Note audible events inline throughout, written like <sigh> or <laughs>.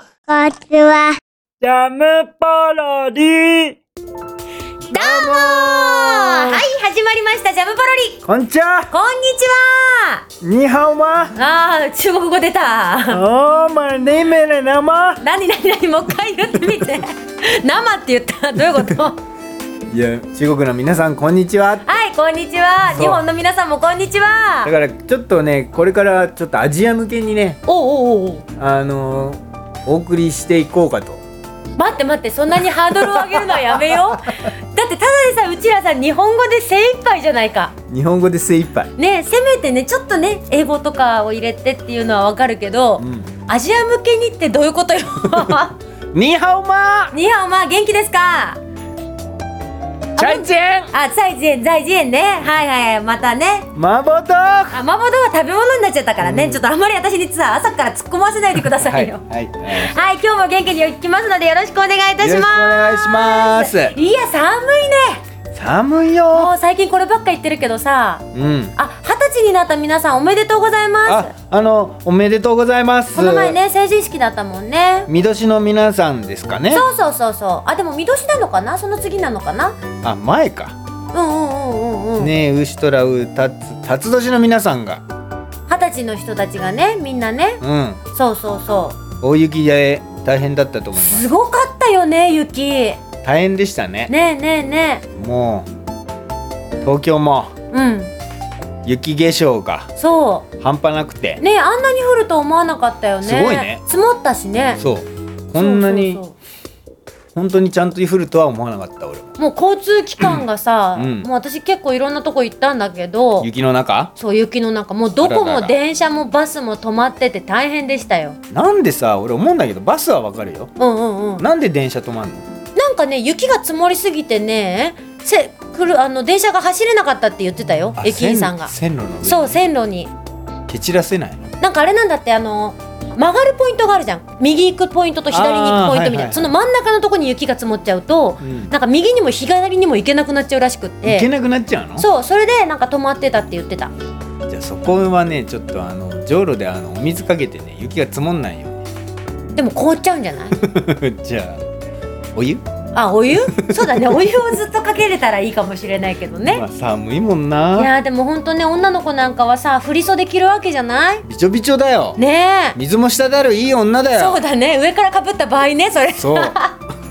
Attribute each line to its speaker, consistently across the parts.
Speaker 1: ちは。
Speaker 2: ジャムパロディ
Speaker 3: どうもはい、始まりました、ジャムパロリ
Speaker 2: こんにちは
Speaker 3: こんにち
Speaker 2: ニハオマ
Speaker 3: はあー、中国語出た
Speaker 2: おーまねめれなま
Speaker 3: 何何何もう一回言ってみて生って言ったどういうこと
Speaker 2: いや、中国の皆さんこんにちは
Speaker 3: はい、こんにちは
Speaker 2: そう
Speaker 3: 日本の皆さんもこんにちは
Speaker 2: だからちょっとね、これからちょっとアジア向けにね
Speaker 3: おうおうおう
Speaker 2: あのー、お送りしていこうかと
Speaker 3: 待って待って、そんなにハードルを上げるのはやめようだ <laughs> ってただでさえうちらさ、日本語で精一杯じゃないか
Speaker 2: 日本語で精一杯
Speaker 3: ね、せめてね、ちょっとね、英語とかを入れてっていうのはわかるけど、
Speaker 2: うん
Speaker 3: アジア向けにってどういうことよ
Speaker 2: ニハオマ
Speaker 3: ニーハオマ元気ですか
Speaker 2: チャイチェン
Speaker 3: あ、在地園、在地園ね。はいはい、またね。
Speaker 2: マーボー豆腐
Speaker 3: あ、麻婆豆腐は食べ物になっちゃったからね。
Speaker 2: うん
Speaker 3: ちょっとあんまり私にさ、朝から突っ込ませないでくださ
Speaker 2: はいい、
Speaker 3: よ。
Speaker 2: はい、
Speaker 3: はい、今日も元気に行きますのでよろしくお願いいたし
Speaker 2: よろしくお
Speaker 3: ま
Speaker 2: 願いします
Speaker 3: す。いや、寒いね。
Speaker 2: 寒い
Speaker 3: も
Speaker 2: よ
Speaker 3: う最近こればっか言ってるけどさ。
Speaker 2: うん
Speaker 3: あ、二十歳になった皆さんおめでとうございま
Speaker 2: あ、あの、おめでとうございます
Speaker 3: す。この前ね、成人式だったもんね。
Speaker 2: みどしの皆さんですかね
Speaker 3: そうそうそうそう。あ、でも見年なのかなその次なのかな
Speaker 2: あ、前か
Speaker 3: うんうんうんうんうん。
Speaker 2: ねえ、ウシトラウタツ、タツ年の皆さんが
Speaker 3: 二十歳の人たちがね、みんなね。
Speaker 2: うん、
Speaker 3: そうそうそう。
Speaker 2: 大雪で大変だったと思います
Speaker 3: すごかったよね雪ね
Speaker 2: 大変でしたね
Speaker 3: えねえね
Speaker 2: もう、東京も
Speaker 3: えうん
Speaker 2: 雪化粧が
Speaker 3: そ
Speaker 2: 半端なくて
Speaker 3: うねえあんなに降ると思わなかったよね
Speaker 2: すごいね
Speaker 3: 積もったしね
Speaker 2: そう、こんな
Speaker 3: そう
Speaker 2: に
Speaker 3: そう
Speaker 2: 本当にちゃんと降るとは思わなかった俺も
Speaker 3: そうもう交通機関がさ、
Speaker 2: うん
Speaker 3: もう私結構いろんなとこ行ったんだけど
Speaker 2: 雪の中
Speaker 3: そう雪の中もうどこ
Speaker 2: あらら
Speaker 3: も
Speaker 2: ら
Speaker 3: 電車もバスも止まってて大変でしたよ
Speaker 2: なんでさ、俺思うんだけどバスはわかるよ
Speaker 3: うんうんうん
Speaker 2: なんで電車止まんの
Speaker 3: なんかね雪が積もりすぎてねせくるあの電車が走れなかったって言ってたよ
Speaker 2: あ
Speaker 3: 駅員さんが
Speaker 2: 線路の上
Speaker 3: そう線路に
Speaker 2: 蹴散らせないの
Speaker 3: なんかあれなんだってあの曲がるポイントがあるじゃん右行くポイントと左に行くポイント
Speaker 2: あーは
Speaker 3: みたいな、
Speaker 2: いはいはい
Speaker 3: その真ん中のとこに雪が積もっちゃうと、
Speaker 2: うん
Speaker 3: なんか右にも左にも行けなくなっちゃうらしくっ
Speaker 2: 行け
Speaker 3: て
Speaker 2: なくなっちゃうの
Speaker 3: そうそれでなんか止まってたって言ってた
Speaker 2: じゃあそこはねちょっとあのじょうろであのお水かけてね雪が積もんないよ
Speaker 3: でも凍っちゃうんじ
Speaker 2: <laughs>
Speaker 3: ゃない
Speaker 2: うにじゃあお湯、
Speaker 3: あお湯そうだねお湯をずっとかけれたらいいかもしれないけどね、
Speaker 2: まあ寒いもん
Speaker 3: い
Speaker 2: な
Speaker 3: やーでもほんとね女の子なんかはさ振り袖着るわけじゃない
Speaker 2: びちょびちょだよ、
Speaker 3: ねえ
Speaker 2: 水も滴るいい女だ
Speaker 3: そ
Speaker 2: よ
Speaker 3: うだね上からかぶった場合ねそれ
Speaker 2: そう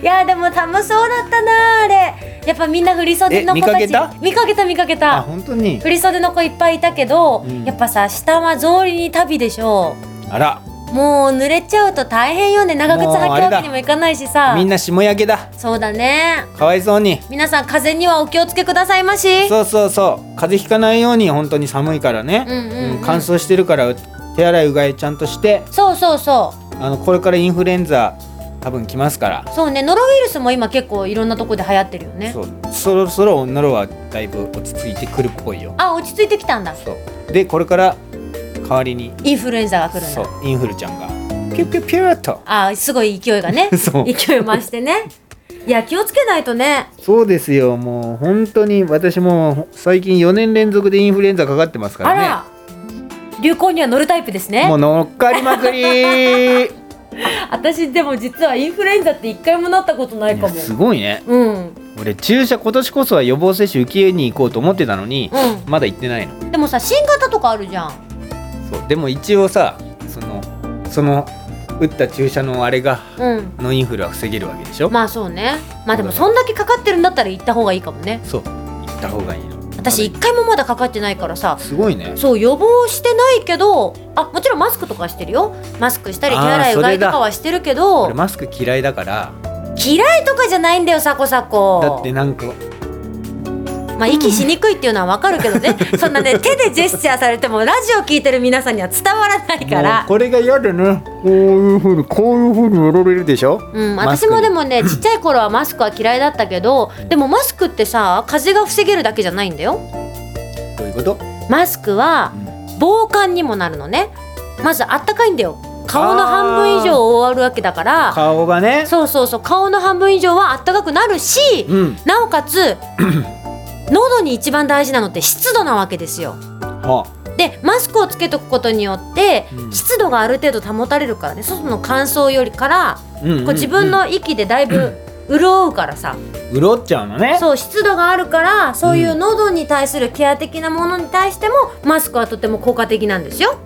Speaker 3: いやーでも楽しそうだったなーあれやっぱみんな振り袖の子たち
Speaker 2: え見かけた
Speaker 3: 見かけた見かけ
Speaker 2: あ
Speaker 3: た
Speaker 2: 本当
Speaker 3: <laughs>
Speaker 2: に
Speaker 3: 振り袖の子いっぱいいたけど、
Speaker 2: うん
Speaker 3: やっぱさ下は草履に旅でしょ
Speaker 2: あら
Speaker 3: もう濡れちゃうと大変よね長靴
Speaker 2: もう
Speaker 3: 履ける
Speaker 2: あれ
Speaker 3: わ
Speaker 2: だ
Speaker 3: けにもいかないしさ
Speaker 2: みんな霜焼けだ
Speaker 3: そうだね
Speaker 2: かわいそうに
Speaker 3: 皆さん風邪にはお気をつけくださいまし
Speaker 2: そうそうそう風邪ひかないように本当に寒いからね、
Speaker 3: うんうんうん
Speaker 2: 乾燥してるから手洗いうがいちゃんとして
Speaker 3: そうそうそ
Speaker 2: あのこれからインフルエンザ多分来ますから
Speaker 3: うそうねノロウイルスも今結構いろんなとこで流行ってるよね
Speaker 2: そうそろそろノロはだいぶ落ち着いてくるっぽいよ
Speaker 3: あ落ち着いてきたんだ
Speaker 2: そうでこれから代わりに
Speaker 3: インフルエンザが来るん
Speaker 2: そう
Speaker 3: だ
Speaker 2: インフルちゃんがピュピュピューっと
Speaker 3: あすごい勢いがね
Speaker 2: <laughs> そう
Speaker 3: 勢い増してねいや気をつけないとね
Speaker 2: そうですよもう本当に私も最近4年連続でインフルエンザかかってますか
Speaker 3: あ
Speaker 2: ら
Speaker 3: ら流行には乗るタイプです
Speaker 2: ね
Speaker 3: ね
Speaker 2: もう乗っかりま
Speaker 3: <laughs>
Speaker 2: くりい
Speaker 3: 私でも実はインフルエンザって一回もなったことないか
Speaker 2: や
Speaker 3: も
Speaker 2: すごいね
Speaker 3: うん
Speaker 2: 俺注射今年こそは予防接種受けに行こうと思ってたのに、
Speaker 3: う
Speaker 2: まだ行ってないの
Speaker 3: んでもさ新型とかあるじゃん
Speaker 2: そうでも一応さそのその打った注射のあれが
Speaker 3: うん
Speaker 2: のインフルは防げるわけでしょ、
Speaker 3: まあそうねまあでもそんだけかかってるんだったら行った方がいいかもね
Speaker 2: そう行った方がいいの
Speaker 3: 私一回もまだかかってないからさ
Speaker 2: すごいね
Speaker 3: そう予防してないけどあもちろんマスクとかはしてるよマスクしたり手
Speaker 2: あー
Speaker 3: 洗いうがい
Speaker 2: それだ
Speaker 3: とかはしてるけど
Speaker 2: 俺マスク嫌いだから
Speaker 3: 嫌いとかじゃないんだよサコサコ
Speaker 2: だってなんか
Speaker 3: まあ息しにくいっていうのはわかるけ
Speaker 2: <laughs>
Speaker 3: どねそんなね手でジェスチャーされてもラジオ聞いてる皆さんには伝わらないか
Speaker 2: も
Speaker 3: ら
Speaker 2: うこれが嫌でねこういうふうにこういうふうにやられるでしょ
Speaker 3: うん、
Speaker 2: マス
Speaker 3: 私
Speaker 2: クに
Speaker 3: もで
Speaker 2: <laughs>
Speaker 3: もねちっちゃい頃はマスクは嫌いだったけどでもマスクってさ風邪が防げるだけじゃないんだよ
Speaker 2: どういうこと
Speaker 3: マスクは防寒にもなるのねまずあったかいんだよ顔の半分以上を覆うわけだから
Speaker 2: 顔がね
Speaker 3: そうそうそう顔の半分以上はあったかくなるし、
Speaker 2: うん <laughs>
Speaker 3: なおかつ喉に一番大事なのって湿度なわけですよ
Speaker 2: はあ
Speaker 3: でマスクをつけとくことによって、
Speaker 2: うん
Speaker 3: 湿度がある程度保たれるからね外の乾燥よりから
Speaker 2: うんうんうん
Speaker 3: こう自分の息でだいぶ潤うからさ、
Speaker 2: 潤っちゃうのね
Speaker 3: そう湿度があるからそういう喉に対するケア的なものに対してもマスクはとても効果的なんですよ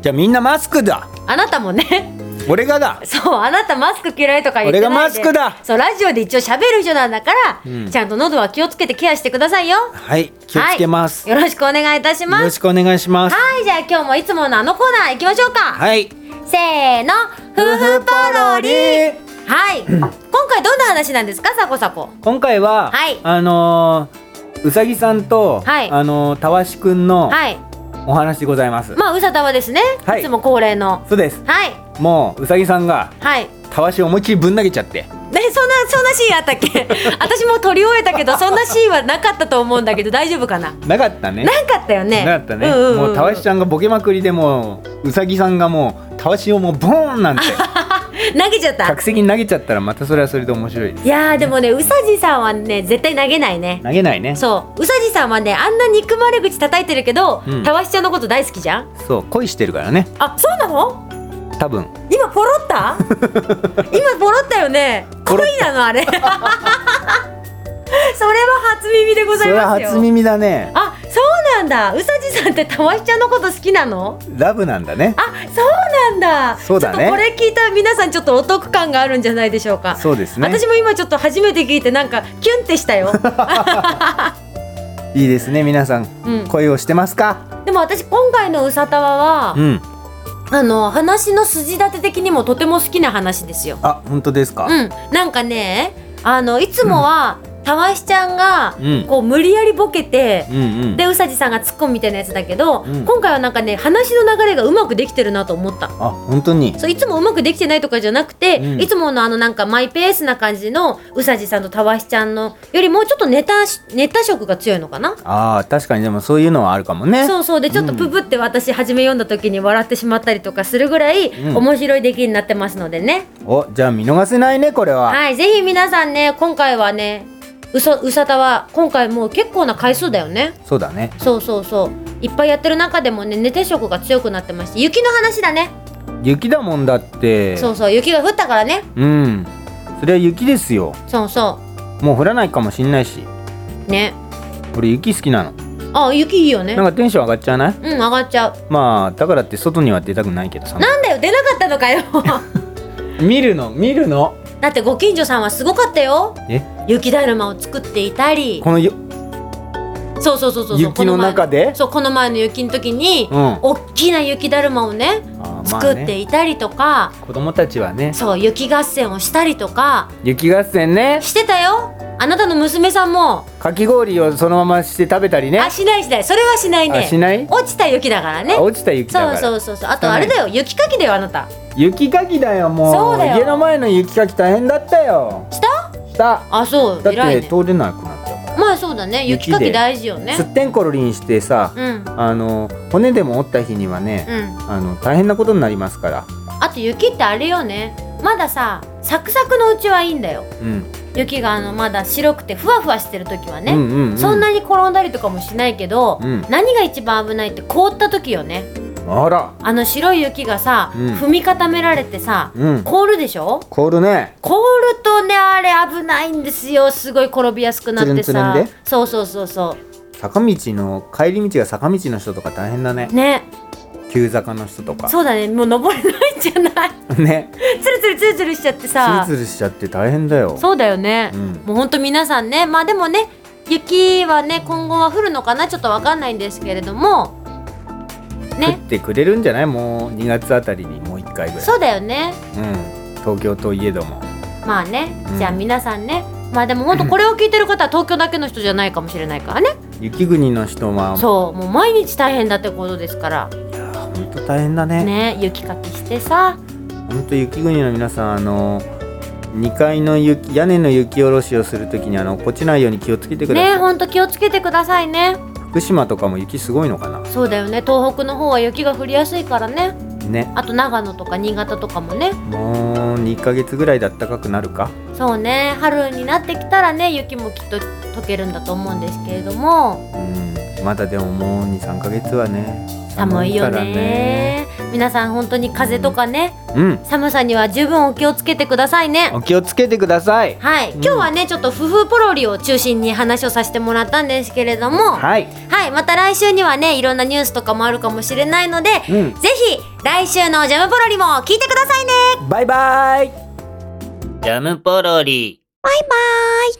Speaker 2: じゃあみんなマスクだ
Speaker 3: あなたもね <laughs>
Speaker 2: 俺がだ
Speaker 3: そうあなたマスク嫌いとか言ってないで
Speaker 2: 俺がマスクだ
Speaker 3: そうラジオで一応喋る人なんだから、
Speaker 2: うん
Speaker 3: ちゃんと喉は気をつけてケアしてくださいよ
Speaker 2: はい気をつけます、
Speaker 3: よろしくお願いいたし
Speaker 2: よ
Speaker 3: ま
Speaker 2: ろ
Speaker 3: す
Speaker 2: しくお願いします
Speaker 3: はいじゃあ今日もいつものあのコーナー行きましょうか、
Speaker 2: はい
Speaker 3: せーの夫婦ポロリはい今回どんな話なんですかサコサコ
Speaker 2: 今回は、
Speaker 3: はい
Speaker 2: あのーうさぎさんと、
Speaker 3: はい
Speaker 2: あのーたわしくんの
Speaker 3: はい
Speaker 2: お話でございます、
Speaker 3: まあうさたわですね、
Speaker 2: はい
Speaker 3: いつも恒例の
Speaker 2: そうです
Speaker 3: はい
Speaker 2: もううさぎさんが
Speaker 3: はい
Speaker 2: たわしを思いっきりぶん投げちゃって
Speaker 3: ね、そんなそんなシーンあったっ
Speaker 2: <laughs>
Speaker 3: け私も撮り終えたけどそんなシーンはなかったと思うんだけど大丈夫かな
Speaker 2: なかったね
Speaker 3: なかったよね
Speaker 2: なかったね、
Speaker 3: んんん
Speaker 2: もうたわしちゃんがボケまくりでもううさぎさんがもうたわしをもうボーンなん
Speaker 3: <laughs>
Speaker 2: て
Speaker 3: 投げちゃった
Speaker 2: 客席に投げちゃったらまたそれはそれで面白いです
Speaker 3: いやーでもねうさじさんはね絶対投げないね
Speaker 2: 投げないねそ
Speaker 3: そううさじさんはねあんな憎まれ口叩いてるけど、
Speaker 2: うん
Speaker 3: たわしちゃんのこと大好きじゃん
Speaker 2: う恋してるからね
Speaker 3: あそうなの
Speaker 2: 多分
Speaker 3: 今ポロった
Speaker 2: <laughs>
Speaker 3: 今ポロったよね
Speaker 2: ポロっ
Speaker 3: 恋なのあれ <laughs> それは初耳でご
Speaker 2: そ
Speaker 3: ざい
Speaker 2: れは
Speaker 3: ますよ
Speaker 2: 初耳だね
Speaker 3: あそうなんだうさじさんってたわしちゃんのこと好きなの
Speaker 2: ラブなんだね
Speaker 3: あそうなんだ
Speaker 2: そうだね
Speaker 3: ちょっとこれ聞いた皆さんちょっとお得感があるんじゃないでしょうか
Speaker 2: そうですね
Speaker 3: 私も今ちょっと初めて聞いてなんかキュンってした
Speaker 2: <laughs>
Speaker 3: よ
Speaker 2: いいですね皆さん、
Speaker 3: うん
Speaker 2: 恋をしてますか
Speaker 3: でも私今回の「うさたわは」
Speaker 2: うん
Speaker 3: あの話の筋立て的にもとても好きな話ですよ。
Speaker 2: あ本当ですか、
Speaker 3: うん、なんかねあのいつもは、たわしちゃんが、
Speaker 2: うん
Speaker 3: こう無理やりボケて、
Speaker 2: うんうん
Speaker 3: でうさじさんが突っ込むみたいなやつだけど、
Speaker 2: うん
Speaker 3: 今回はなんかね話の流れがうまくできてるなと思った。
Speaker 2: あ本当に
Speaker 3: そういつもうまくできてないとかじゃなくて、
Speaker 2: うん
Speaker 3: いつものあのなんかマイペースな感じのうさじさんとたわしちゃんのよりもうちょっとネタしネタ色が強いのかな
Speaker 2: あー確かにでもそういうのはあるかもね
Speaker 3: そうそうでちょっとププって私初め読んだ時に笑ってしまったりとかするぐらい
Speaker 2: うん
Speaker 3: 面白い出来になってますのでね、
Speaker 2: おじゃあ見逃せないねこれは、
Speaker 3: はいぜひ皆さんね今回はねうそうさたわ今回もう結構な回数だよね
Speaker 2: そうだね
Speaker 3: そうそうそういっぱいやってる中でもねネタ色が強くなってまして雪の話だね
Speaker 2: 雪だもんだって
Speaker 3: そうそう雪が降ったからね
Speaker 2: うんそれは雪ですよ
Speaker 3: そうそ
Speaker 2: もう降らないかもしんないし
Speaker 3: うね
Speaker 2: 俺雪好きなの
Speaker 3: あ雪いいよね
Speaker 2: なんかテンション上がっちゃわない
Speaker 3: うん上がっちゃう
Speaker 2: まあだからって外には出たくないけどさ
Speaker 3: なんだよ出なかった
Speaker 2: <laughs>
Speaker 3: のかよ
Speaker 2: 見るの見るの
Speaker 3: だってご近所さんはすごかったよ
Speaker 2: え
Speaker 3: 雪だるまを作っていたり
Speaker 2: このよ
Speaker 3: そうそうそうそう
Speaker 2: 雪の中
Speaker 3: こ前
Speaker 2: で
Speaker 3: のそうこの前の雪の時に、
Speaker 2: うんあ
Speaker 3: 大きな雪だるまをね
Speaker 2: ーまあ
Speaker 3: 作って
Speaker 2: ね
Speaker 3: いたりとか、
Speaker 2: 子供たちはね
Speaker 3: そう雪合戦をしたりとか
Speaker 2: 雪合戦ね
Speaker 3: してたよあなたの娘さんも、
Speaker 2: かき氷をそのままして食べたりね
Speaker 3: あしないしないそれはしない
Speaker 2: あ
Speaker 3: ね
Speaker 2: しない
Speaker 3: 落ちた雪だからね
Speaker 2: あ落ちた雪だか
Speaker 3: そう
Speaker 2: ら
Speaker 3: そうそうそうあとあれだよ雪かきだよあなた
Speaker 2: 雪かきだよもう
Speaker 3: そうだよ
Speaker 2: 家の前の雪かき大変だったよ
Speaker 3: した
Speaker 2: した
Speaker 3: あそう
Speaker 2: だっ
Speaker 3: 偉い
Speaker 2: て
Speaker 3: ね
Speaker 2: 通れなくなっちゃうから
Speaker 3: まあそうだね雪か
Speaker 2: 雪で
Speaker 3: き大事よね
Speaker 2: すってんころりんしてさ
Speaker 3: うん
Speaker 2: あの骨でも折った日にはね、
Speaker 3: うん
Speaker 2: あの大変なことになりますから
Speaker 3: あと雪ってあれよねまださサクサクのうちはいいんだよ
Speaker 2: うん、
Speaker 3: 雪があのまだ白くてふわふわしてる時はね、
Speaker 2: うんうんうん
Speaker 3: そんなに転んだりとかもしないけど、
Speaker 2: うん
Speaker 3: 何が一番危ないって凍った時よね
Speaker 2: あら
Speaker 3: あの白い雪がさ、
Speaker 2: うん
Speaker 3: 踏み固められてさ、
Speaker 2: うん
Speaker 3: 凍るでしょ
Speaker 2: 凍るね
Speaker 3: 凍るとねあれ危ないんですよすごい転びやすくなって
Speaker 2: つるん
Speaker 3: さ
Speaker 2: つるんで
Speaker 3: そうそうそうそ
Speaker 2: 坂道の帰り道が坂道の人とか大変だね
Speaker 3: うね
Speaker 2: 急坂の人とか
Speaker 3: そうだねもう登れないんじゃない <laughs>
Speaker 2: ね
Speaker 3: つるつるつるつるしちゃって
Speaker 2: ツ
Speaker 3: さ
Speaker 2: ルツルしちゃって大変だよ
Speaker 3: そうだよね、
Speaker 2: うん
Speaker 3: もうほんと皆さんねまあでもね雪はね今後は降るのかなちょっとわかんないんですけれども
Speaker 2: 降っ
Speaker 3: ね
Speaker 2: てくれるんじゃないもう2月あたりにもう1回ぐらい
Speaker 3: そうだよね
Speaker 2: うん、東京といえども
Speaker 3: まあね、
Speaker 2: うん
Speaker 3: じゃあ皆さんねまあで
Speaker 2: <laughs>
Speaker 3: もほんとこれを聞いてる方は東京だけの人じゃないかもしれないからね
Speaker 2: 雪国の人は
Speaker 3: そうもう毎日大変だってことですから
Speaker 2: いやーほんと大変だね
Speaker 3: ね雪かきしてさ
Speaker 2: ほんと雪国の皆さんあの2階の雪屋根の雪下ろしをするときにあの落っこちないように気をつけてください、
Speaker 3: ねほんと気をつけてくださいね
Speaker 2: 福島とかも雪すごいのかな
Speaker 3: そうだよね東北の方は雪が降りやすいからね
Speaker 2: ね
Speaker 3: あと長野とか新潟とかもね
Speaker 2: もう2ヶ月ぐらいで暖かくなるか
Speaker 3: そうね春になってきたらね雪もきっと溶けるんだと思うんですけれども
Speaker 2: うんまだでももう23ヶ月はね
Speaker 3: 寒いよ
Speaker 2: 寒いからね
Speaker 3: ね皆さん本当に風邪とかね
Speaker 2: うん
Speaker 3: 寒さには十分お気をつけてくださいね
Speaker 2: お気をつけてください
Speaker 3: はい今日はねちょっと夫婦ポロリを中心に話をさせてもらったんですけれども
Speaker 2: はい
Speaker 3: はい、また来週にはね、いろんなニュースとかもあるかもしれないので、
Speaker 2: うん
Speaker 3: ぜひ来週のジャムポロリも聞いてくださいね。
Speaker 2: バイバイ
Speaker 1: ジャムポロリ。
Speaker 3: バイバイ。